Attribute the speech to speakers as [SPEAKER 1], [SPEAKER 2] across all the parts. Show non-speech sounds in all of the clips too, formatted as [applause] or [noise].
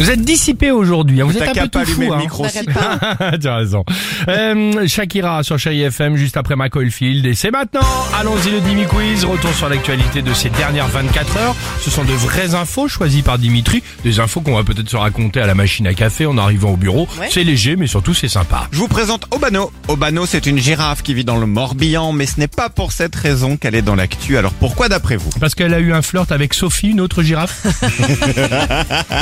[SPEAKER 1] Vous êtes dissipé aujourd'hui, hein, vous êtes un
[SPEAKER 2] pas
[SPEAKER 1] peu tout
[SPEAKER 2] allumer
[SPEAKER 1] fou.
[SPEAKER 2] le
[SPEAKER 1] hein.
[SPEAKER 2] micro.
[SPEAKER 1] tu as [laughs] raison. Euh, Shakira sur Chéri FM juste après ma Field et c'est maintenant. Allons-y le Dimi Quiz. Retour sur l'actualité de ces dernières 24 heures. Ce sont de vraies infos choisies par Dimitri, des infos qu'on va peut-être se raconter à la machine à café en arrivant au bureau. C'est léger mais surtout c'est sympa.
[SPEAKER 2] Je vous présente Obano. Obano, c'est une girafe qui vit dans le Morbihan, mais ce n'est pas pour cette raison qu'elle est dans l'actu. Alors pourquoi d'après vous
[SPEAKER 1] Parce qu'elle a eu un flirt avec Sophie, une autre girafe.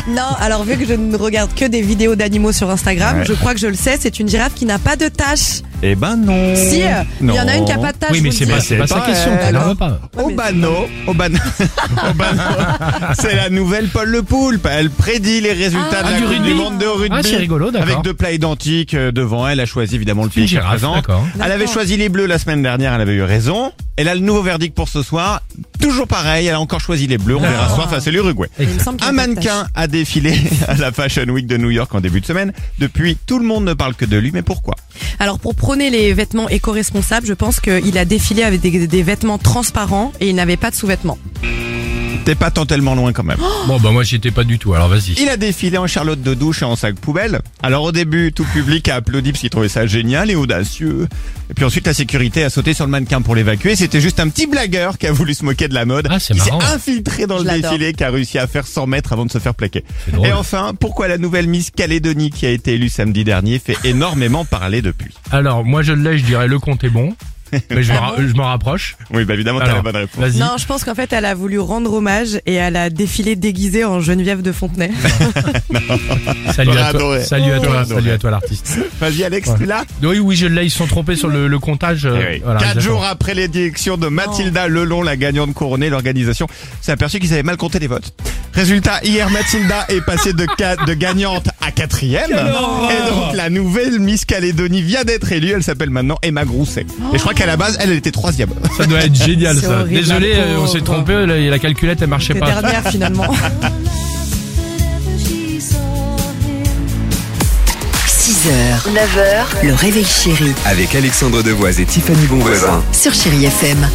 [SPEAKER 3] Non, alors vu que je ne regarde que des vidéos d'animaux sur Instagram, je crois que je le sais, c'est une girafe qui n'a pas de taches.
[SPEAKER 2] Eh ben non.
[SPEAKER 3] Si, euh, il y en a une qui n'a pas de taches.
[SPEAKER 1] oui mais
[SPEAKER 3] vous
[SPEAKER 1] c'est
[SPEAKER 3] le
[SPEAKER 1] pas,
[SPEAKER 3] dire.
[SPEAKER 1] c'est pas sa
[SPEAKER 2] pas
[SPEAKER 1] question.
[SPEAKER 2] elle.
[SPEAKER 1] tu
[SPEAKER 3] euh,
[SPEAKER 1] n'en veux pas.
[SPEAKER 2] Oh, Obano, [laughs] Obano, Obano, Oh, bah, c'est la nouvelle Paul Le Poulpe. Elle prédit les résultats
[SPEAKER 1] Ah,
[SPEAKER 2] de la
[SPEAKER 1] du
[SPEAKER 2] Coupe
[SPEAKER 1] rugby.
[SPEAKER 2] du monde de rugby.
[SPEAKER 1] Ah, c'est rigolo, d'accord.
[SPEAKER 2] Avec deux plats identiques euh, devant elle, a choisi évidemment le
[SPEAKER 1] une
[SPEAKER 2] pays qu'elle
[SPEAKER 1] girafe,
[SPEAKER 2] présente.
[SPEAKER 1] d'accord.
[SPEAKER 2] Elle avait
[SPEAKER 3] D'accord.
[SPEAKER 2] choisi les bleus la semaine dernière, elle avait eu raison. Elle a le nouveau verdict pour ce soir. Toujours pareil, elle a encore choisi les bleus. On verra ce soir
[SPEAKER 1] Ah.
[SPEAKER 2] face à l'Uruguay.
[SPEAKER 3] Il me semble qu'il y
[SPEAKER 2] Un
[SPEAKER 3] a pas de taches.
[SPEAKER 2] mannequin a défilé [laughs] à la Fashion Week de New York en début de semaine. Depuis, tout le monde ne parle que de lui, mais pourquoi
[SPEAKER 3] Alors pour prôner les vêtements éco-responsables, je pense qu'il a défilé avec des, des vêtements transparents et il n'avait pas de sous-vêtements.
[SPEAKER 2] T'es pas tant tellement loin quand même.
[SPEAKER 1] Bon bah moi j'étais pas du tout. Alors vas-y.
[SPEAKER 2] Il a défilé en charlotte de douche et en sac poubelle. Alors au début, tout le public a applaudi parce qu'il trouvait ça génial et audacieux. Et puis ensuite, la sécurité a sauté sur le mannequin pour l'évacuer. C'était juste un petit blagueur qui a voulu se moquer de la mode.
[SPEAKER 1] Ah, c'est
[SPEAKER 2] Il s'est
[SPEAKER 1] marrant.
[SPEAKER 2] infiltré dans
[SPEAKER 3] Je
[SPEAKER 2] le
[SPEAKER 3] l'adore.
[SPEAKER 2] défilé qui a réussi à faire 100 mètres avant de se faire plaquer.
[SPEAKER 1] C'est drôle.
[SPEAKER 2] Et enfin, pourquoi la nouvelle Miss Calédonie qui a été élue samedi dernier fait énormément parler depuis
[SPEAKER 1] Alors moi je l'ai, je dirais le compte est bon.
[SPEAKER 3] [laughs]
[SPEAKER 1] Mais je me ra- je m'en rapproche.
[SPEAKER 2] Oui, bah évidemment, t'as la
[SPEAKER 1] Alors,
[SPEAKER 2] bonne réponse.
[SPEAKER 1] vas-y.
[SPEAKER 3] Non, je pense qu'en fait elle a voulu rendre hommage et elle a défilé déguisée en Geneviève de Fontenay.
[SPEAKER 1] Salut
[SPEAKER 2] T'aurais
[SPEAKER 1] à toi.
[SPEAKER 2] adoré.
[SPEAKER 1] Salut à toi.
[SPEAKER 2] T'aurais
[SPEAKER 1] Salut à toi l'artiste.
[SPEAKER 2] Vas-y Alex,
[SPEAKER 1] Ouais.
[SPEAKER 2] tu l'as
[SPEAKER 1] Oui, oui, je l'ai. Ils se sont trompés sur le, le comptage. euh,
[SPEAKER 2] Eh oui.
[SPEAKER 1] voilà,
[SPEAKER 2] Quatre
[SPEAKER 1] ils
[SPEAKER 2] jours
[SPEAKER 1] attendent.
[SPEAKER 2] après l'élection de Mathilda Lelon, la gagnante couronnée, l'organisation s'est aperçue qu'ils avaient mal compté les votes. Résultat, hier Mathilda est passée de, ca- de gagnante à quatrième. Et donc la nouvelle Miss Calédonie vient d'être élue, elle s'appelle maintenant Emma Grousset. Et je crois qu'à la base, elle elle était troisième.
[SPEAKER 1] Ça doit être génial
[SPEAKER 3] C'est
[SPEAKER 1] ça.
[SPEAKER 3] horrible,
[SPEAKER 1] Désolé,
[SPEAKER 3] la
[SPEAKER 1] euh, on s'est
[SPEAKER 3] pauvre.
[SPEAKER 1] trompé. La, la calculette elle marchait
[SPEAKER 3] C'est
[SPEAKER 1] pas.
[SPEAKER 3] dernière finalement.
[SPEAKER 1] [laughs]
[SPEAKER 4] 6h, 9h, le réveil chéri
[SPEAKER 5] Avec Alexandre Devoise et Tiffany Bonvoisin.
[SPEAKER 4] sur Chéri FM.